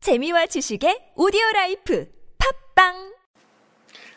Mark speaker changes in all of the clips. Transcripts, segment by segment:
Speaker 1: 재미와 지식의 오디오 라이프 팝빵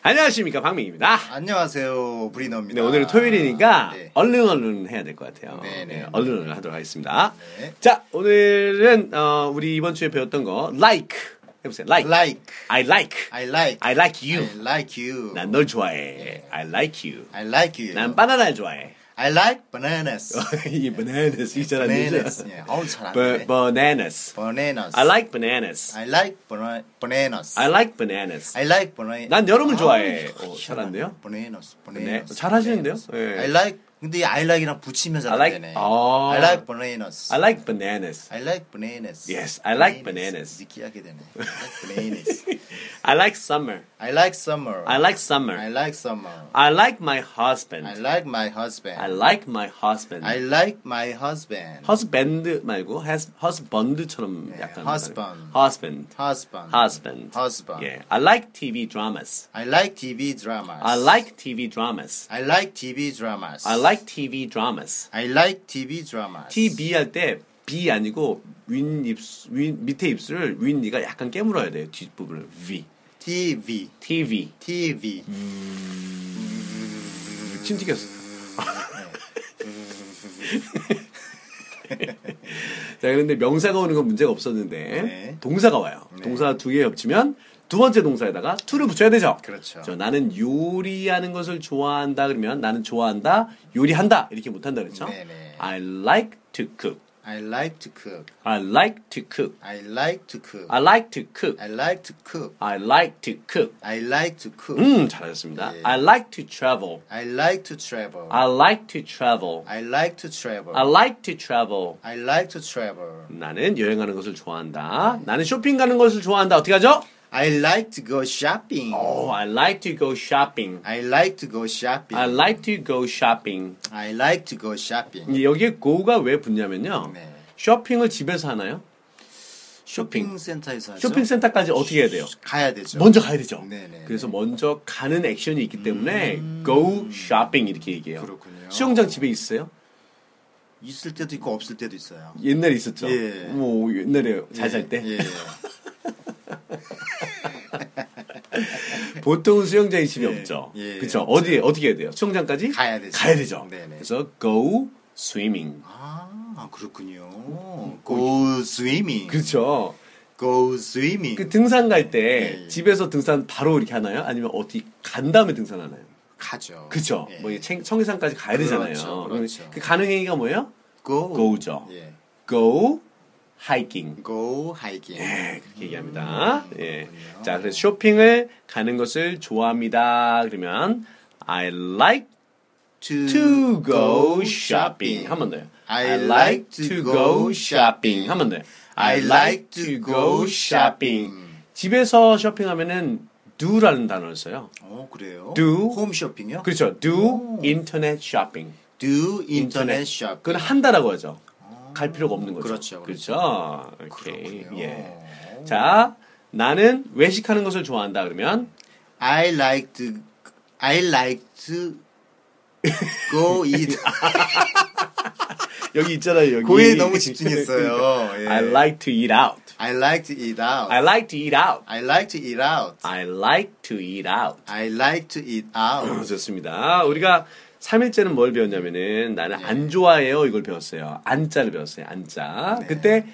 Speaker 2: 안녕하십니까 박민입니다.
Speaker 3: 안녕하세요 브리너입니다.
Speaker 2: 네, 오늘은 토요일이니까
Speaker 3: 네.
Speaker 2: 얼른 얼른 해야 될 것 같아요.
Speaker 3: 네, 네.
Speaker 2: 얼른 얼른 하도록 하겠습니다.
Speaker 3: 네.
Speaker 2: 자, 오늘은 어, 우리 이번 주에 배웠던 거 like 해보세요. like,
Speaker 3: like
Speaker 2: I like,
Speaker 3: I like
Speaker 2: I like you.
Speaker 3: I like you
Speaker 2: 난 널 좋아해.
Speaker 3: 네.
Speaker 2: I like you.
Speaker 3: I like you
Speaker 2: 난 바나나를 좋아해.
Speaker 3: I like bananas
Speaker 2: 이 bananas 이잘안
Speaker 3: bananas
Speaker 2: 되죠?
Speaker 3: 예 어우 잘안
Speaker 2: Ba-
Speaker 3: 돼.
Speaker 2: bananas.
Speaker 3: bananas
Speaker 2: I like bananas.
Speaker 3: I like bana- bananas
Speaker 2: I like bananas.
Speaker 3: I like bananas
Speaker 2: 난 여름을 좋아해. 어, 잘안 돼요?
Speaker 3: bananas
Speaker 2: 네,
Speaker 3: bananas
Speaker 2: 잘하시는데요? 예.
Speaker 3: I like 근데 이 I like이랑 붙이면
Speaker 2: I
Speaker 3: 잘안
Speaker 2: like-
Speaker 3: 되네
Speaker 2: 아.
Speaker 3: I like bananas
Speaker 2: I like bananas.
Speaker 3: I like bananas
Speaker 2: Yes, I like bananas.
Speaker 3: 느끼하게 되네 I like bananas
Speaker 2: I like summer.
Speaker 3: I like summer
Speaker 2: I like
Speaker 3: I
Speaker 2: summer.
Speaker 3: like summer
Speaker 2: I like my husband.
Speaker 3: I like my husband
Speaker 2: I like my husband.
Speaker 3: I like my husband.
Speaker 2: husband 말고 has- husband처럼 약간
Speaker 3: 네, husband.
Speaker 2: husband.
Speaker 3: husband.
Speaker 2: husband.
Speaker 3: Husband.
Speaker 2: Yeah. I like TV dramas.
Speaker 3: I like TV dramas.
Speaker 2: I like TV dramas.
Speaker 3: I like TV dramas.
Speaker 2: I like TV dramas.
Speaker 3: I like TV dramas.
Speaker 2: TV 할 때 B 아니고 윗 입술 윗 밑에 입술을 윗니가 약간 깨물어야 돼요. 뒷부분을 V.
Speaker 3: TV.
Speaker 2: TV.
Speaker 3: TV.
Speaker 2: 침 튀겼어. 네. 자, 그런데 명사가 오는 건 문제가 없었는데
Speaker 3: 네.
Speaker 2: 동사가 와요. 동사 두 개 겹치면 두 번째 동사에다가 to를 붙여야 되죠.
Speaker 3: 그렇죠.
Speaker 2: 저 나는 요리하는 것을 좋아한다 그러면 나는 좋아한다, 요리한다 이렇게 못 한다 그랬죠.
Speaker 3: 네네.
Speaker 2: I like to cook.
Speaker 3: I like to cook.
Speaker 2: I like to cook.
Speaker 3: I like to cook.
Speaker 2: I like to cook.
Speaker 3: I like to cook.
Speaker 2: I Mm. like to cook.
Speaker 3: I like to cook.
Speaker 2: 음, 잘하셨습니다.
Speaker 3: 예.
Speaker 2: I like to travel.
Speaker 3: I like to travel.
Speaker 2: I like to travel.
Speaker 3: I like to travel.
Speaker 2: I like to travel.
Speaker 3: I like to travel.
Speaker 2: 나는 여행하는 것을 좋아한다. 나는 쇼핑 가는 것을 좋아한다. 어떻게 하죠?
Speaker 3: I like to go shopping.
Speaker 2: Oh, I like to go shopping.
Speaker 3: I like to go shopping.
Speaker 2: I like to go shopping.
Speaker 3: I like to go shopping.
Speaker 2: 이제 여기에 go가 왜 붙냐면요.
Speaker 3: 네.
Speaker 2: 쇼핑을 집에서 하나요? 쇼핑.
Speaker 3: 쇼핑센터에서 하죠.
Speaker 2: 쇼핑센터까지 어떻게 해야 돼요?
Speaker 3: 가야 되죠.
Speaker 2: 먼저 가야 되죠.
Speaker 3: 네네. 음.
Speaker 2: 그래서 먼저 가는 액션이 있기 때문에 go shopping 이렇게 얘기해요.
Speaker 3: 그렇군요.
Speaker 2: 수영장 집에 있어요?
Speaker 3: 있을 때도 있고 없을 때도 있어요.
Speaker 2: 옛날에 있었죠.
Speaker 3: 예.
Speaker 2: 뭐 옛날에 잘 살 때.
Speaker 3: 예.
Speaker 2: 보통 수영장이 집이
Speaker 3: 예,
Speaker 2: 없죠.
Speaker 3: 예,
Speaker 2: 그렇죠.
Speaker 3: 없죠.
Speaker 2: 어디에 어떻게 해야 돼요? 수영장까지
Speaker 3: 가야 되죠.
Speaker 2: 가야 되죠.
Speaker 3: 네네.
Speaker 2: 그래서 go swimming.
Speaker 3: 아 그렇군요. Go swimming.
Speaker 2: 음, 그렇죠.
Speaker 3: Go swimming.
Speaker 2: 그 등산 갈 때
Speaker 3: 예.
Speaker 2: 집에서 등산 바로 이렇게 하나요? 아니면 어디 간 다음에 등산하나요?
Speaker 3: 가죠.
Speaker 2: 그렇죠.
Speaker 3: 어, 예.
Speaker 2: 뭐 이게 청- 청계산까지 가야 되잖아요.
Speaker 3: 그렇죠,
Speaker 2: 그러면
Speaker 3: 그렇죠.
Speaker 2: 그 가는 행위가 뭐예요?
Speaker 3: go.
Speaker 2: go죠.
Speaker 3: 예.
Speaker 2: go hiking.
Speaker 3: Go hiking.
Speaker 2: 네, 그렇게 얘기합니다. 예.
Speaker 3: 음, 그렇군요.
Speaker 2: 자, 그래서 쇼핑을 가는 것을 좋아합니다. 그러면 I like
Speaker 3: To,
Speaker 2: to go shopping. 한 번 더요.
Speaker 3: I like to go shopping.
Speaker 2: 한 번 더요.
Speaker 3: I like to go shopping.
Speaker 2: 집에서 쇼핑하면은 do라는 단어를 써요.
Speaker 3: 어 그래요.
Speaker 2: Do.
Speaker 3: 홈 쇼핑요?
Speaker 2: 그렇죠. do internet shopping.
Speaker 3: Do internet shopping.
Speaker 2: 그건 한다라고 하죠. 갈 필요가 없는 거죠.
Speaker 3: 그렇죠,
Speaker 2: 그렇죠. 오케이.
Speaker 3: 그렇군요.
Speaker 2: 예. 자, 나는 외식하는 것을 좋아한다 그러면
Speaker 3: I like to I like to go eat.
Speaker 2: 아, 여기 있잖아요, 여기. 그러니까
Speaker 3: 고에 너무 집중했어요. 예.
Speaker 2: I like to eat out.
Speaker 3: I like to eat out.
Speaker 2: I like to eat out.
Speaker 3: I like to eat out.
Speaker 2: I like to eat out.
Speaker 3: I like to eat
Speaker 2: 어,
Speaker 3: out.
Speaker 2: 좋습니다. 우리가 3일째는 뭘 배웠냐면은
Speaker 3: 네.
Speaker 2: 나는 안 좋아해요 이걸 배웠어요. 안자를 배웠어요. 안자.
Speaker 3: 네.
Speaker 2: 그때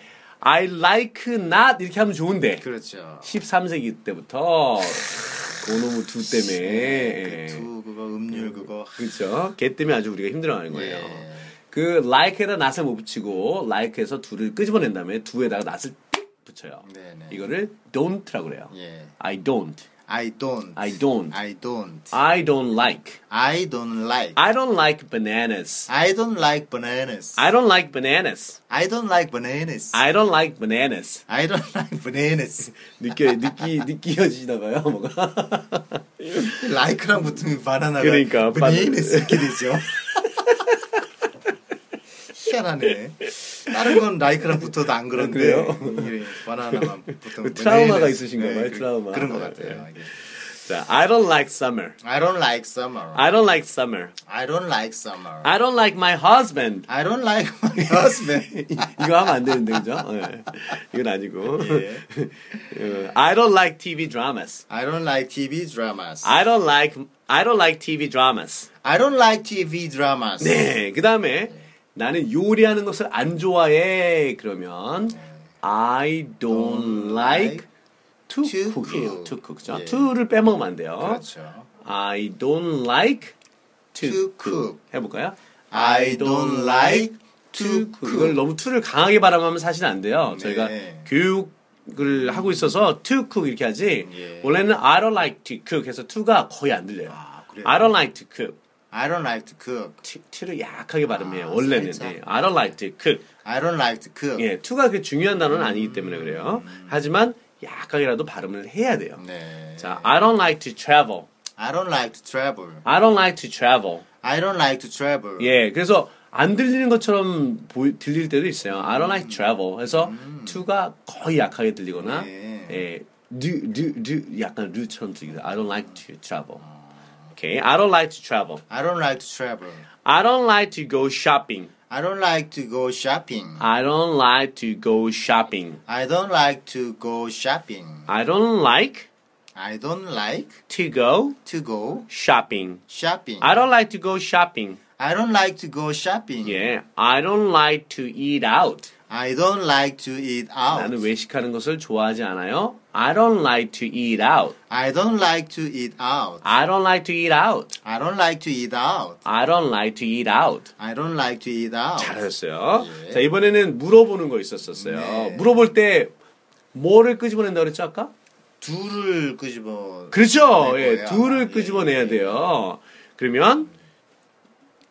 Speaker 2: I like not 이렇게 하면 좋은데
Speaker 3: 그렇죠.
Speaker 2: 13세기 때부터 고노무 두 때문에
Speaker 3: 두 네, 그거 음률 그거
Speaker 2: 그렇죠. 걔 때문에 아주 우리가 힘들어하는 거예요.
Speaker 3: 예.
Speaker 2: 그 like에다 not을 못 붙이고 like에서 두를 끄집어낸 다음에 두에다가 not을 붙여요.
Speaker 3: 네네.
Speaker 2: 이거를 don't라고 그래요.
Speaker 3: 예.
Speaker 2: I don't.
Speaker 3: I don't.
Speaker 2: I don't.
Speaker 3: I don't.
Speaker 2: I don't like.
Speaker 3: I don't like.
Speaker 2: I don't like bananas.
Speaker 3: I don't like bananas.
Speaker 2: I don't like bananas.
Speaker 3: I don't like bananas.
Speaker 2: I don't like bananas.
Speaker 3: I don't like bananas.
Speaker 2: 느껴 느끼 느끼어지나 봐요 뭐가.
Speaker 3: like랑 붙으면 바나나가
Speaker 2: 그러니까,
Speaker 3: bananas 이렇게 되죠. 희한하네. 다른 건 like랑 붙어도 안 그런데
Speaker 2: 아, 그래요? 그
Speaker 3: 이 바나나만 붙으면 네, 그
Speaker 2: 트라우마가
Speaker 3: bananas.
Speaker 2: 있으신가 봐요, 트라우마. 네.
Speaker 3: 그런 것 같아요. 이게.
Speaker 2: 자, I don't like summer.
Speaker 3: I don't like summer.
Speaker 2: I don't like summer.
Speaker 3: I don't like summer.
Speaker 2: I don't like my husband.
Speaker 3: I don't like my husband.
Speaker 2: 이- 이거 하면 안 되는데 그죠? 예. 이건 아니고. 어, I don't like TV dramas.
Speaker 3: I don't like TV dramas.
Speaker 2: I don't like I don't like TV dramas.
Speaker 3: I don't like TV dramas.
Speaker 2: 네, 그 다음에 나는 요리하는 것을 안 좋아해. 그러면 I don't like to
Speaker 3: to
Speaker 2: cook이에요.
Speaker 3: cook.
Speaker 2: To cook. 죠
Speaker 3: 예.
Speaker 2: to를 빼먹으면 안 돼요.
Speaker 3: 그렇죠.
Speaker 2: I don't like to,
Speaker 3: To
Speaker 2: cook.
Speaker 3: cook.
Speaker 2: 해볼까요?
Speaker 3: I don't like to
Speaker 2: 이걸
Speaker 3: cook. 네.
Speaker 2: 너무 to를 강하게 발음하면 사실 안 돼요. 저희가 교육을 하고 있어서 to cook 이렇게 하지.
Speaker 3: 예.
Speaker 2: 원래는 I don't like to cook 해서 to가 거의 안 들려요.
Speaker 3: 아, 그래요?
Speaker 2: I don't like to cook.
Speaker 3: I don't like to cook.
Speaker 2: T, t를 약하게
Speaker 3: 아,
Speaker 2: 발음해요. 원래는
Speaker 3: 살짝.
Speaker 2: 예. I don't like to cook.
Speaker 3: I don't like to cook.
Speaker 2: 예, to가 그 중요한 단어는 아니기 때문에 그래요. 하지만 약하게라도 발음을 해야 돼요.
Speaker 3: 음. 네.
Speaker 2: 자, I don't like to travel.
Speaker 3: I don't like to travel.
Speaker 2: I don't like to travel.
Speaker 3: I don't like to travel.
Speaker 2: 예, 그래서 안 들리는 것처럼 보이- 들릴 때도 있어요. I don't
Speaker 3: 음.
Speaker 2: like travel. 해서 to가 거의 약하게 들리거나,
Speaker 3: 네.
Speaker 2: 예, do, do, do 약간 루처럼 들리기도. 해요. I don't like to travel.
Speaker 3: 아.
Speaker 2: 오케이, I don't like to travel.
Speaker 3: I don't like to travel.
Speaker 2: I don't like to go shopping.
Speaker 3: I don't like to go shopping.
Speaker 2: I don't like to go shopping.
Speaker 3: I don't like to go shopping.
Speaker 2: I don't like
Speaker 3: I don't like
Speaker 2: to go
Speaker 3: to go
Speaker 2: shopping.
Speaker 3: shopping.
Speaker 2: I don't like to go shopping.
Speaker 3: I don't like to go shopping.
Speaker 2: 예, I don't like to eat out.
Speaker 3: I don't like to eat out.
Speaker 2: 나는 외식하는 것을 좋아하지 않아요. I don't like to eat out.
Speaker 3: I don't like to eat out.
Speaker 2: I don't like to eat out.
Speaker 3: I don't like to eat out.
Speaker 2: I don't like to eat out.
Speaker 3: I don't like to eat out.
Speaker 2: 잘하셨어요.
Speaker 3: 예.
Speaker 2: 자, 이번에는 물어보는 거 있었었어요.
Speaker 3: 네.
Speaker 2: 물어볼 때 뭐를 끄집어낸다고 그랬죠, 아까?
Speaker 3: 둘을 끄집어.
Speaker 2: 그렇죠.
Speaker 3: 낼
Speaker 2: 예,
Speaker 3: 거예요.
Speaker 2: 둘을
Speaker 3: 예.
Speaker 2: 끄집어내야 돼요. 그러면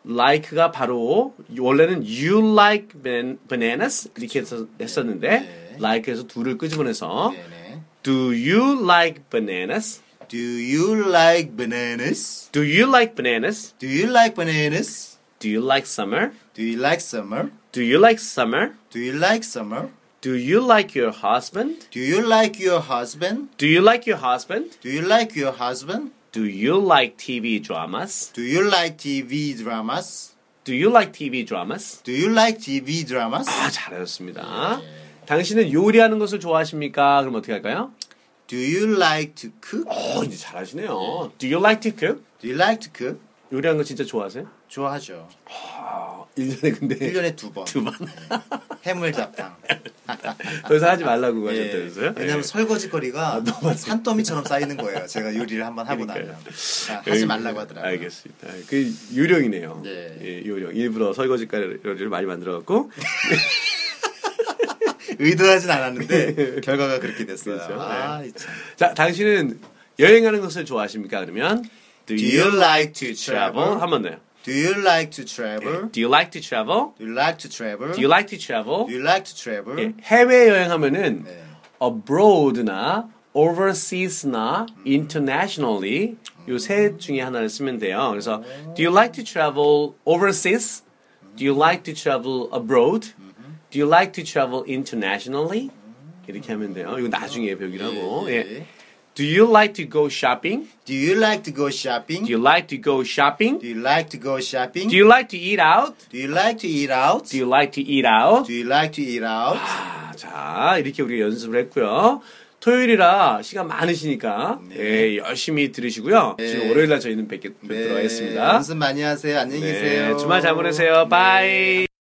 Speaker 2: like가 바로 원래는 you like ban- bananas 이렇게 했었- 했었는데
Speaker 3: 네.
Speaker 2: like에서 둘을 끄집어내서
Speaker 3: 네네.
Speaker 2: do you like bananas?
Speaker 3: Do you like bananas?
Speaker 2: Do you like bananas?
Speaker 3: Do you like bananas?
Speaker 2: Do you like summer?
Speaker 3: Do you like summer?
Speaker 2: Do you like summer?
Speaker 3: Do you like summer?
Speaker 2: Do you like your husband?
Speaker 3: Do you like your husband?
Speaker 2: Do you like your husband?
Speaker 3: Do you like your husband?
Speaker 2: Do you like TV dramas?
Speaker 3: Do you like TV dramas?
Speaker 2: Do you like TV dramas?
Speaker 3: Do you like TV dramas?
Speaker 2: 아, 잘하셨습니다.
Speaker 3: 네.
Speaker 2: 당신은 요리하는 것을 좋아하십니까? 그럼 어떻게 할까요?
Speaker 3: Do you like to cook?
Speaker 2: 어, 이제 잘하시네요. Do you like to cook?
Speaker 3: Do you like to cook?
Speaker 2: 요리하는 거 진짜 좋아하세요?
Speaker 3: 좋아하죠.
Speaker 2: 1년에 어, 근데
Speaker 3: 1년에 두 번.
Speaker 2: 예.
Speaker 3: 예.
Speaker 2: 두 번.
Speaker 3: 해물잡탕.
Speaker 2: 더 이상 하지 말라고
Speaker 3: 예.
Speaker 2: 하셨다면서요?
Speaker 3: 왜냐면
Speaker 2: 예.
Speaker 3: 설거지거리가 산더미처럼 쌓이는 거예요. 제가 요리를 한번 하고 나면. 아, 하지 말라고 하더라고요.
Speaker 2: 예. 알겠습니다. 그 요령이네요.
Speaker 3: 네.
Speaker 2: 예, 요령. 일부러 설거지가루를 많이 만들어갖고
Speaker 3: 의도하진 않았는데 결과가 그렇게 됐어요.
Speaker 2: 그렇죠.
Speaker 3: 아, 참.
Speaker 2: 자, 당신은 여행하는 것을 좋아하십니까? 그러면 Do
Speaker 3: Do you
Speaker 2: you
Speaker 3: like to
Speaker 2: travel?
Speaker 3: travel?
Speaker 2: 한 번 더요.
Speaker 3: Do you like to travel?
Speaker 2: Do you like to travel?
Speaker 3: Do you like to travel?
Speaker 2: Do you like to
Speaker 3: Do
Speaker 2: travel?
Speaker 3: you like to travel?
Speaker 2: 예, 해외 여행하면은
Speaker 3: 네.
Speaker 2: abroad나 overseas나 internationally 요 세 중에 하나를 쓰면 돼요. 그래서 Do you like to travel overseas? Do you like to travel abroad?
Speaker 3: 음.
Speaker 2: Do you like to travel internationally? 이렇게 하면 돼요. 이거 나중에 배우기라고.
Speaker 3: 예,
Speaker 2: 예.
Speaker 3: 예.
Speaker 2: Do you like to go shopping?
Speaker 3: Do you like to go shopping?
Speaker 2: Do you like to go shopping?
Speaker 3: Do you like to go shopping?
Speaker 2: Do you like to eat out?
Speaker 3: Do you like to eat out?
Speaker 2: Do you Ah, like to eat out?
Speaker 3: Do you like to eat out?
Speaker 2: 아, 자, 이렇게 우리가 연습을 했고요. 토요일이라 시간 많으시니까
Speaker 3: 네.
Speaker 2: 예, 열심히 들으시고요. 지금 월요일 날 저희는 뵙겠, 뵙도록
Speaker 3: 네,
Speaker 2: 하겠습니다.
Speaker 3: 연습 많이 하세요. 안녕히
Speaker 2: 네,
Speaker 3: 계세요.
Speaker 2: 주말 잘 보내세요.
Speaker 3: 네.
Speaker 2: 바이.